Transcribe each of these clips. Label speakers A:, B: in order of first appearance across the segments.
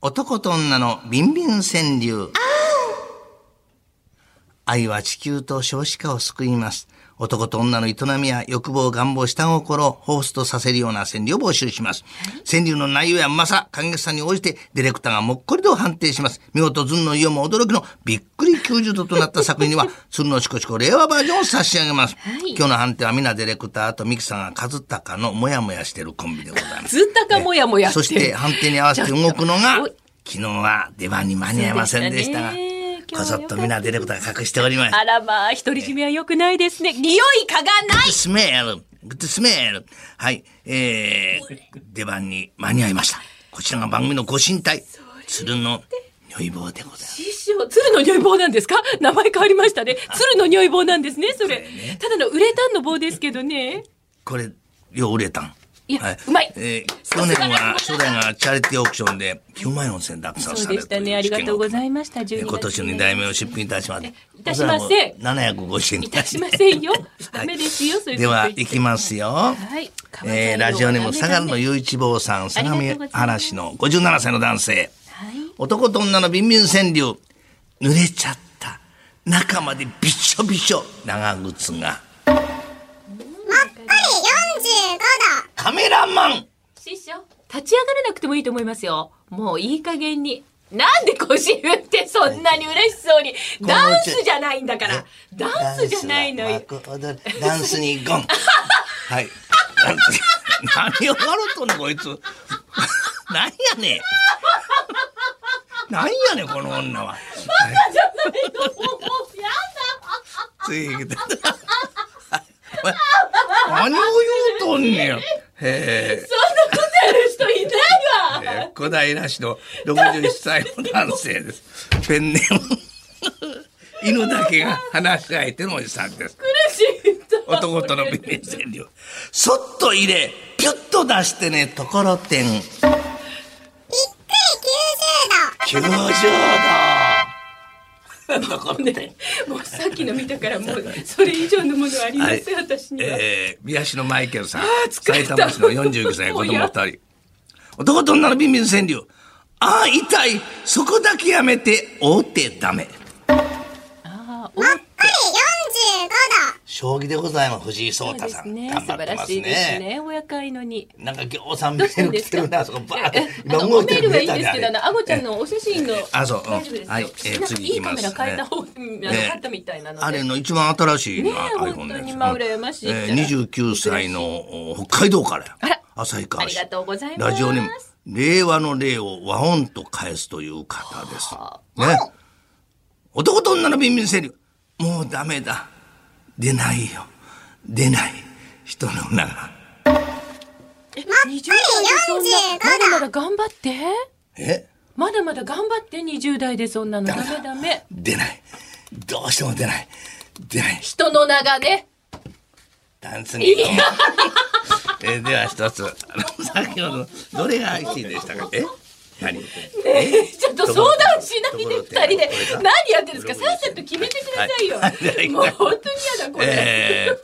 A: 男と女のビンビン川柳。愛は地球と少子化を救います。男と女の営みや欲望、願望、下心をホーストさせるような川柳を募集します。川柳の内容やうまさ、感激さに応じてディレクターがもっこりと判定します。見事、ずんのイオンも驚きのびっくり90度となった作品 には、鶴のしこしこ令和バージョンを差し上げます。
B: はい
A: 今日の判定はみなディレクターとミキさんがカズタカのモヤモヤしてるコンビでございます。
B: ずったかもやもやって
A: そして判定に合わせて動くのが
B: おい、
A: 昨日は出番に間に合いませんでしたが
B: そうでし、たね
A: こそっとみんなディレクターが隠しております。
B: あらまあ、独り占めは良くないですね。匂い嗅がない
A: スメール、グッドスメール。はい、えー、出番に間に合いました。こちらが番組のご神体、鶴の如意棒でございます。
B: 師匠、鶴の匂い棒なんですか名前変わりましたね。鶴の匂い棒なんですね、それ。ただのウレタンの棒ですけどね。
A: これ、よう売れたん。
B: いやうまい
A: えー
B: さ
A: 去
B: す
A: 年
B: が
A: は、初代がチャリティーオークションで9万4千落札
B: そう
A: さ
B: で
A: れる
B: し
A: とい
B: た
A: う
B: ね。ありがとうござい
A: ま
B: ました。12
A: 今年
B: 月
A: の
B: に
A: 二代目を出品いたします。い
B: いたしません
A: 750円
B: いたしません よ。ダメですよ、それ
A: では、行きますよ。
B: はい。
A: えーラジオネーム、相良の
B: はい。
A: 雄一坊さん、
B: りが
A: 相
B: とうござい
A: 模
B: ます
A: 原市の57歳の男性。男と女のビンビン川柳。濡れちゃった。中までびしょびしょ。長靴が。カメラマン
B: 師匠、立ち上がらなくてもいいと思いますよ。もういい加減に。なんで腰振ってそんなに嬉しそうに。
A: のうち
B: ダンスじゃないんだから。ダンスじゃないの
A: ダン
B: よ
A: ス。は幕踊りダンス にゴン。はい。ダンス何を笑っとんのこいつ。 何やねん。何やねん、この女は。
B: じゃないの。もうや
A: ついてきた。 何を言うとんねん。え
B: だ。そんなことやる人いないわ。
A: ー、小平市の61歳の男性です。ペンネーム。犬だけが話し相手のおじさんです。
B: 嬉しいんだ。
A: 男とのビビン川柳。そっと入れ、ぴゅっと出してね、ところてん。びっくり90度。90度。ところてん。
B: もうさっきの見たからもうそれ以上のものはありま
A: はい
B: せん、私には。
A: えー、宮城マイケルさん
B: 疲
A: 埼
B: れた
A: 玉市の49歳子供
B: もうや
A: 2人男と女のビンビン川柳ああ痛いそこだけやめて大手ダメ
B: あお
A: 将棋でございます藤井聡
B: そう
A: 太
B: で
A: さ
B: す
A: ん、
B: ね。
A: 頑
B: 素
A: 張って
B: 晴
A: ま
B: ら
A: す
B: しいです
A: ね
B: ね。お若いのに。
A: なんか 行さん
B: ど
A: メ
B: うしたん
A: ール
B: で
A: 来
B: す
A: て
B: か。
A: るなそこバーって
B: えあ
A: 今
B: の
A: 動い
B: おメ
A: て
B: ール
A: る
B: はいい
A: データ
B: です
A: であ
B: けど、あ
A: れ
B: の、あごちゃんのお写真の。
A: あそううん
B: 大丈夫ですよ。
A: はいえー
B: なんか
A: 次行きます
B: いいカメラ変えた方、あの、
A: えー
B: 買ったみたいなので。
A: あれの一番新しい
B: ね
A: の
B: え
A: iPhone
B: 本
A: の
B: 当
A: やつ
B: にまあ羨ましい
A: えー29歳のお北海道から
B: あら
A: 旭川市
B: ありがとうございます
A: ラジオネーム令和の令を和音と返すという方ですね男と女のビンビン川柳もうダメだ出ないよ出ない人の女が
B: 二十代でそんな。まだまだ頑張って。
A: え
B: まだまだ頑張って、二十代でそんなの。 ダメダメ。
A: 出ないどうしても出ない出ない
B: 人の名がね。
A: ダンスに行こう。えーでは一つ、あの、先ほどの、どれが1位でしたかえ何え
B: ちょっと相談しないで二人で何やってるんですかさっさと決めてくださいよ、
A: はい
B: もう本当に嫌だこれ、
A: えー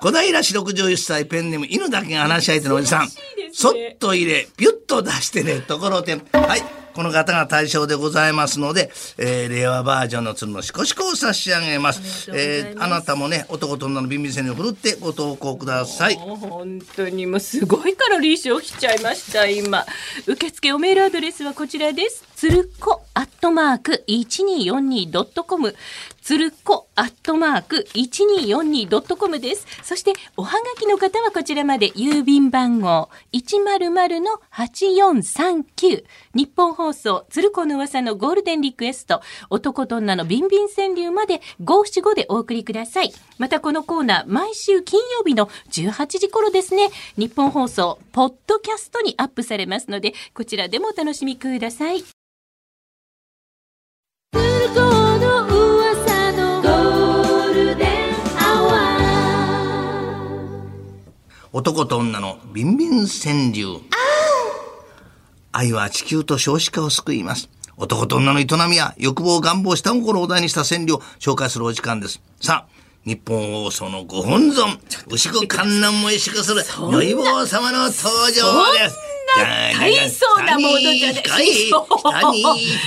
A: 小平市61歳ペンネーム犬だけが話し相手のおじさん、
B: 恐ろしいです
A: そ
B: ね
A: っと入れビュッと出してねところてんはいこの方が対象でございますので、えー令和バージョンの鶴のしこしこを差し上げます
B: おめでとうござい
A: え
B: ます
A: ーあなたもね男と女のビンビン線に振るってご投稿ください
B: もう本当にもうすごいカロリー消費しちゃいました今受付おメールアドレスはこちらですつるこアットマーク 1242.com つるこアットマーク 1242.com ですそしておはがきの方はこちらまで郵便番号100の8439日本放送つるこの噂のゴールデンリクエスト男と女のビンビン川柳まで575でお送りくださいまたこのコーナー毎週金曜日の18時頃ですね日本放送ポッドキャストにアップされますのでこちらでもお楽しみください
A: 男と女のビンビン川柳。愛は地球と少子化を救います。男と女の営みや欲望、願望、下心をお題にした川柳を紹介するお時間です。さあ、日本放送のご本尊、牛久観覧も石くする、如意坊様の登場です。
B: 大層なモードじゃない。
A: 北に
B: 師匠
A: 北に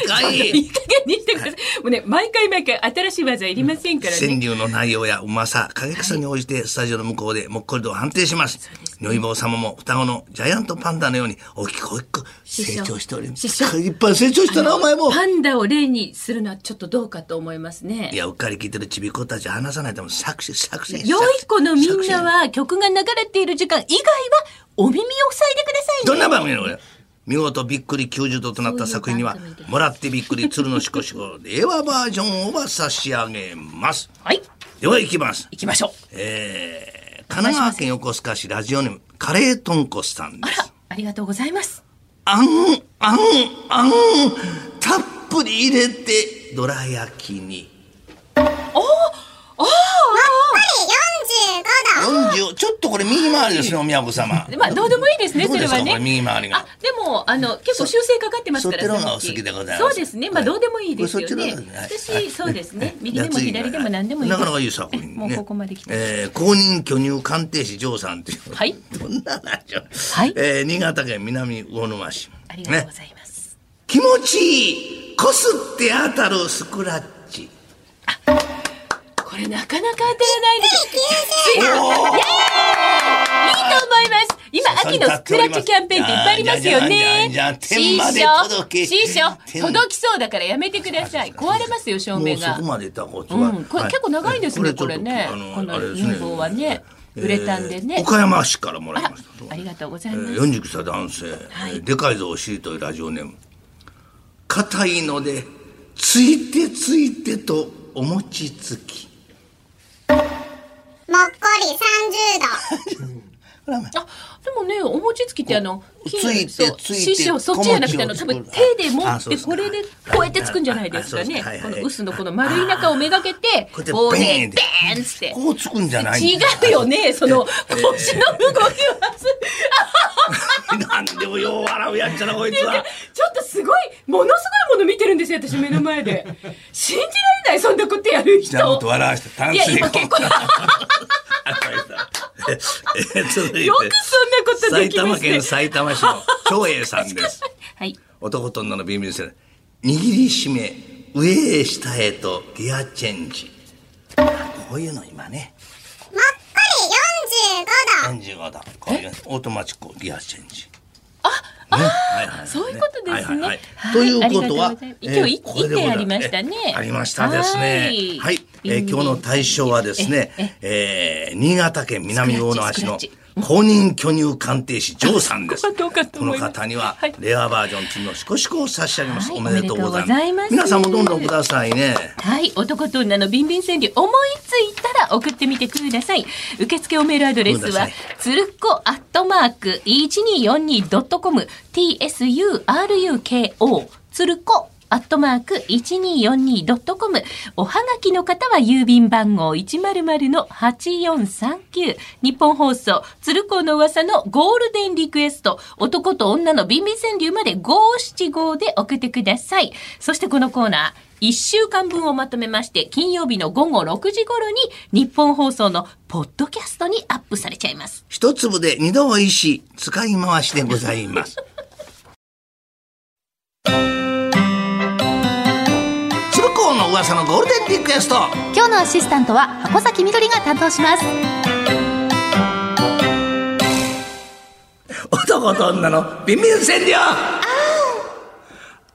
A: 北へ
B: いい加減にしてください。もうね、毎回毎回新しい技いりませんからね。
A: 川柳の内容やうまさ、過激さに応じてスタジオの向こうでもっこりと判定します。如意棒様も双子のジャイアントパンダのように大きく大きく
B: 師
A: 成
B: 匠
A: 長しております。
B: 師匠
A: いっぱい成長したな、お前も。
B: パンダを例にするのはちょっとどうかと思いますね
A: い。や、うっかり聞いてるちびっ子たちは話さないともう作詞、作詞。
B: 良い子のみんな
A: は。
B: は曲が流れている時間以外はお耳を塞いでくださいね。
A: どんな番組なのこれ見事びっくり90度となった作品には
B: そういう番組、で
A: もらってびっくり鶴のしこしこ、令和バージョンをは差し上げます。
B: はい、
A: では行きます。
B: 行きましょう。
A: えー、神奈川県横須賀市ラジオネーム、カレー豚骨さんで
B: あ
A: す
B: ら。、ありがとうございます。
A: あん、あん、あん、たっぷり入れて、どら焼きに。
C: 45度
A: 40、ちょっとこれ右回りですね、お宮子様。
B: でまあどうでもいいですね、
A: どう
B: そ
A: で
B: れ
A: すか
B: はね。
A: これ右回りが
B: あ、でもあの結構修正かかってますから。
A: そっちの方が
B: さき
A: お好きでございます
B: そうですね、まあどうでもいいですよ
A: これ
B: ね
A: そっちの方が。ねはい
B: 私そうですね、右
A: じゃ
B: で
A: あ
B: も
A: 次
B: 左でも何でもいいで
A: な
B: す。
A: かなかいい作品ね。
B: もうここまで来て。
A: えー、公認巨乳鑑定士ジョーさんっていう。
B: はい。
A: どんなラジオ。
B: はい
A: えー、新潟県南魚沼市。
B: ありがとうご
A: ね。
B: ざいます。
A: 気持ちいい、こすって当たるスクラッチ。
B: これなかなか当たらないです。いいと思います。今秋のスクラッチキャンペーンっていっぱいありますよ
A: じゃあ
B: ね。
A: じゃあじゃあ天まで届け
B: 師匠、
A: 天
B: 届きそうだからやめてください。壊れますよ照
A: も
B: 明
A: うそ
B: が
A: こ。までいったらこっちは
B: うん、これ結構長いですね、これね。この乳房はね、ウレタンでね。
A: 岡山市からもらい
B: あ
A: ました。
B: ありがとうござい
A: え
B: ます。
A: ー49歳男性、
B: はい
A: えーでかいぞお尻というラジオネーム硬いのでついてついてとお餅つき
C: もっこり30度
B: あ、でもね、お餅つきってあの、
A: ついて
B: そう
A: ついて
B: 師匠、そっちじゃなくて、あの、多
A: 小餅
B: 分
A: を
B: 手で持
A: あ
B: っ
A: そう
B: て、
A: ですか
B: これでこうやってつくんじゃないですか
A: あそうで
B: ね
A: すかはい。は
B: こ
A: い
B: の薄のこの丸い中をめがけて
A: こうやっ、て
B: こう
A: ベー
B: ね
A: ンっ、て
B: ベーンっつって。
A: こうつくんじゃないんだ
B: 違うよね、その、腰の動きは。
A: なんでもよう笑うやっちゃなこいつは
B: ちょっとすごい、ものすごいもの見てるんですよ、私目の前で。信じられない、そんなことやる
A: じゃあもっ
B: 人
A: と。笑わして単
B: いや、
A: 身
B: 今結構、よ
A: あこいつはえー続い
B: くそん
A: て
B: なことで
A: 埼
B: きま
A: 玉
B: す
A: 県
B: ね。
A: 埼玉市の長英さんです
B: はい。
A: 男と女のビームです握りしめ上へ下へとギアチェンジこういうの今ね
C: もっこ
A: 45度こういうオートマチックギアチェンジあ、あ
B: そういうことですね。
A: ということ
B: あ
A: は
B: りがとうございます、今日
A: えーこれ
B: 一
A: でござい
B: 点
A: ま
B: ありま
A: す
B: したね
A: え。ありましたですね。はい、えー今日の対象はですね、
B: え
A: えー新潟県南魚沼市
B: スクラッ
A: の
B: チ
A: 公認巨乳鑑定士ジョーさんです。
B: ここはどうかと
A: こ
B: 思
A: の
B: います
A: 方には
B: はい
A: レアバージョン金のシコシコを差し上げます。
B: はい
A: おめでとうござ
B: おめでとうご
A: い
B: ざい
A: ま
B: ます
A: す。皆さんもどんどんくださいね。
B: はい。男と女のビンビン川柳、思いついたら送ってみてください。受付おメールアドレス
A: くださ、
B: はいつるっこアットマーク 1242.com、tsuruko、つるこ、アットマーク 1242.com。おはがきの方は郵便番号100-8439。日本放送、つるこの噂のゴールデンリクエスト。男と女のビンビン川柳まで575で送ってください。そしてこのコーナー、1週間分をまとめまして、金曜日の午後6時頃に日本放送のポッドキャストにアップされちゃいます。
A: 一粒で二度おいしい使い回しでございます。鶴光の噂のゴールデンリクエスト。
D: 今日のアシスタントは箱崎みどりが担当します
A: 男と女のビンビン占領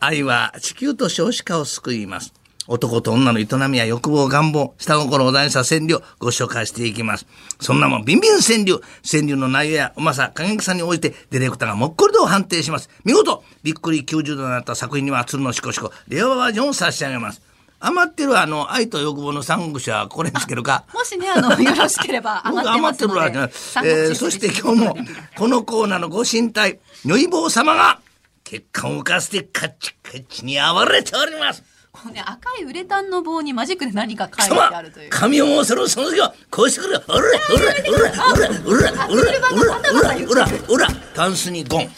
A: 愛は地球と少子化を救います。男と女の営みや欲望、願望、下心を題した川柳をご紹介していきます。そんなもん、ビンビン川柳。川柳の内容やうまさ、過激さに応じて、ディレクターがもっこりと判定します。見事、びっくり90度になった作品には、鶴のしこしこ、レアバージョンを差し上げます。余ってるあの、愛と欲望の三国志はこれにつけるか。
D: もしねあのよろしければ
A: 僕余ってるわけじゃない。えーそして今日も、このコーナーのご神体、如意棒様が、血管を浮かせてカッチカチに暴れております。
D: このね赤いウレタンの棒にマジックで何か
A: 貴
D: 書いて
A: 様
D: あるという、
A: 神をも恐るその時は、こうしてくれ。うらうらうらうらうらうらうらうらうらうらタンスにゴン。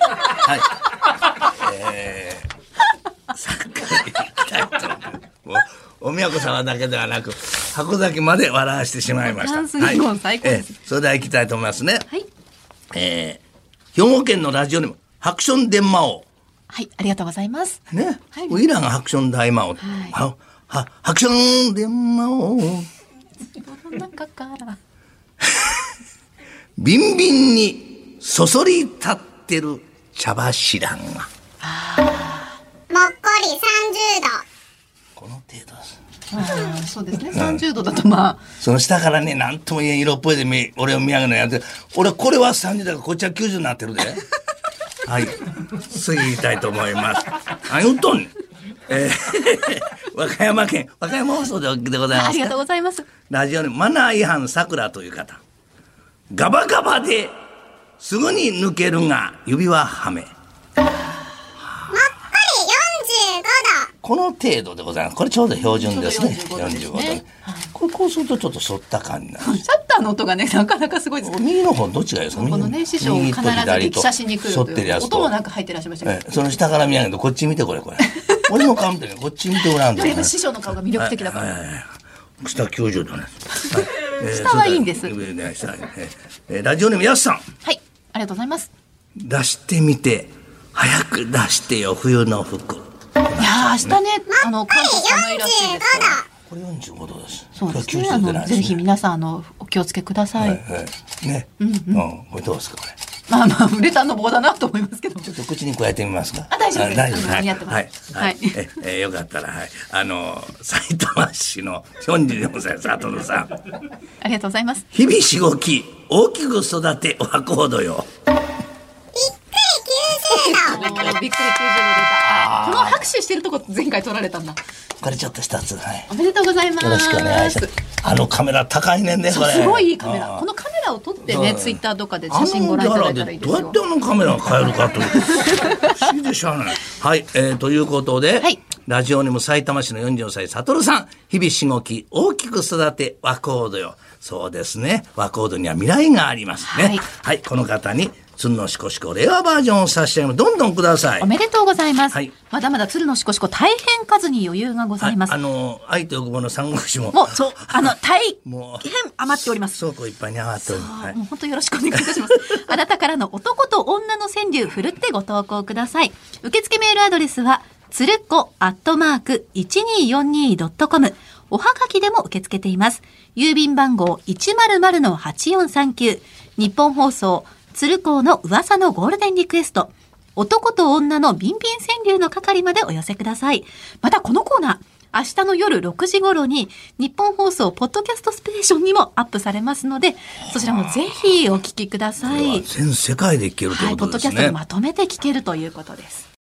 A: はい。えー、サッカーに行きたいと思う。おお宮子様だけではなく、箱崎まで笑わしてしまいました。
D: タンスにゴン
A: はい
D: 最高です
A: えーそれでは行きたいと思いますね。
D: はい
A: えー兵庫県のラジオネーム、ハクション電魔王。
D: はい、ありがとうございます。
A: ね、
D: はい
A: ウイランがハクション大魔王。は、は、ハクション電魔王。
D: この中から。
A: ビンビンにそそり立ってる茶柱が。
C: もっこり30度。
A: この程度です。
D: そうですね、30度だとまあ、
A: その下からね、なんとも言えん色っぽいでみ俺を見上げるのやって、俺これは30だからこっちは90にな ってるで。はい。次言いたいと思います。あ、言うとんねん。えー和歌山県、和歌山放送でお聞きでございます。
D: ありがとうございます。
A: ラジオネームマナー違反さくらという方ガバガバですぐに抜けるが指ははめ
C: もっこり45度。
A: この程度でございますこれちょうど標準ですね
D: ちょうど45度ですね
A: 45度これこうするとちょっと反った感じになる
D: シャッターの音がね、なかなかすごいです。こ
A: 右の方どっちがいいですか
D: のね、
A: 右
D: 師匠を
A: 右
D: 必
A: と
D: ず
A: 左
D: 激
A: と
D: 写しに来る
A: 反っ
D: と
A: てる
D: い
A: や
D: う
A: つ
D: 音
A: と
D: もなんか入ってらっしゃいました
A: え
D: け
A: えその下から見上げてこっち見てこれこ れ俺の顔見てねこっち見てごらんと
D: ど。やっぱ師匠の顔が魅力的だから。
A: 下90度ね
D: 下はいいんです
A: えーそうだね下はいいえーえーラジオネームやすさん
D: はい、ありがとうございます。
A: 出してみて早く出してよ冬の服
D: いやー、明日ね、あの、関東寒いらしいですから。
A: これ45度です
D: そうです
A: こ
D: ね。
A: れ
D: あ
A: 90度出て
D: の、
A: ない
D: ぜひ
A: ね
D: 皆さん、あの、お気をつけください。
A: はいはいねうんこれどうですかこれ
D: まあまあ、ウレタンの棒だなと思いますけど。
A: ちょっと口に加えてみますか
D: あ大丈夫です
A: 大丈夫
D: あの間に合って
A: は
D: ま
A: い
D: す
A: はい
D: は
A: ええよかったらはいあの埼玉市の44歳佐藤さん
D: ありがとうございます。
A: 日々しごき大きく育ておはこうどよ
C: びっくり90度。
D: びっくり90度出た。この拍手してるとこ前回撮られたんだ。
A: これちょっと一つはい
D: おめでとうございます。
A: よろしくお願いしますあのカメラ高いねんねこ
D: そう
A: れ
D: すごいいいカメ
A: あ
D: ラ。
A: ー
D: このカメラを撮って
A: そう
D: ね、ツイッターとかで写真ご覧いただいたらいいです
A: あのギャラで。ど
D: よ
A: うやってあのカメラを変えるかという不思議でしゃあない。はい、えーということで、
D: はい
A: ラジオにも埼玉市の44歳悟さん日々しごき大きく育て和コードよそうですね和コードには未来がありますねは、
D: はいい
A: この方に「つんのしこしこ令和バージョン」を差し上げますどんどんください
D: お。めでとうございます。
A: はい
D: まだまだ鶴のしこしこ大変数に余裕がございます。
A: あの愛と欲望の三国志も
D: もう、そう、あの、大変
A: もう
D: 余っております。
A: 倉庫いっぱいに上がっております。はい
D: もう本当よろしくお願いいたします。 あなたからの男と女の川柳ふるってご投稿ください。受付メールアドレスは、つるっこアットマーク 1242.com。おはがきでも受け付けています。郵便番号100-8439。日本放送、つるこの噂のゴールデンリクエスト。男と女のビンビン川柳の係までお寄せください。またこのコーナー、明日の夜6時頃に日本放送ポッドキャストステーションにもアップされますので、そちらもぜひお聞きください。
A: 全世界で聞けるとい
D: は
A: う
D: い、
A: こ
D: ポッ
A: と
D: ド
A: です
D: キャス
A: ね。
D: トにまとめて聞けるということです。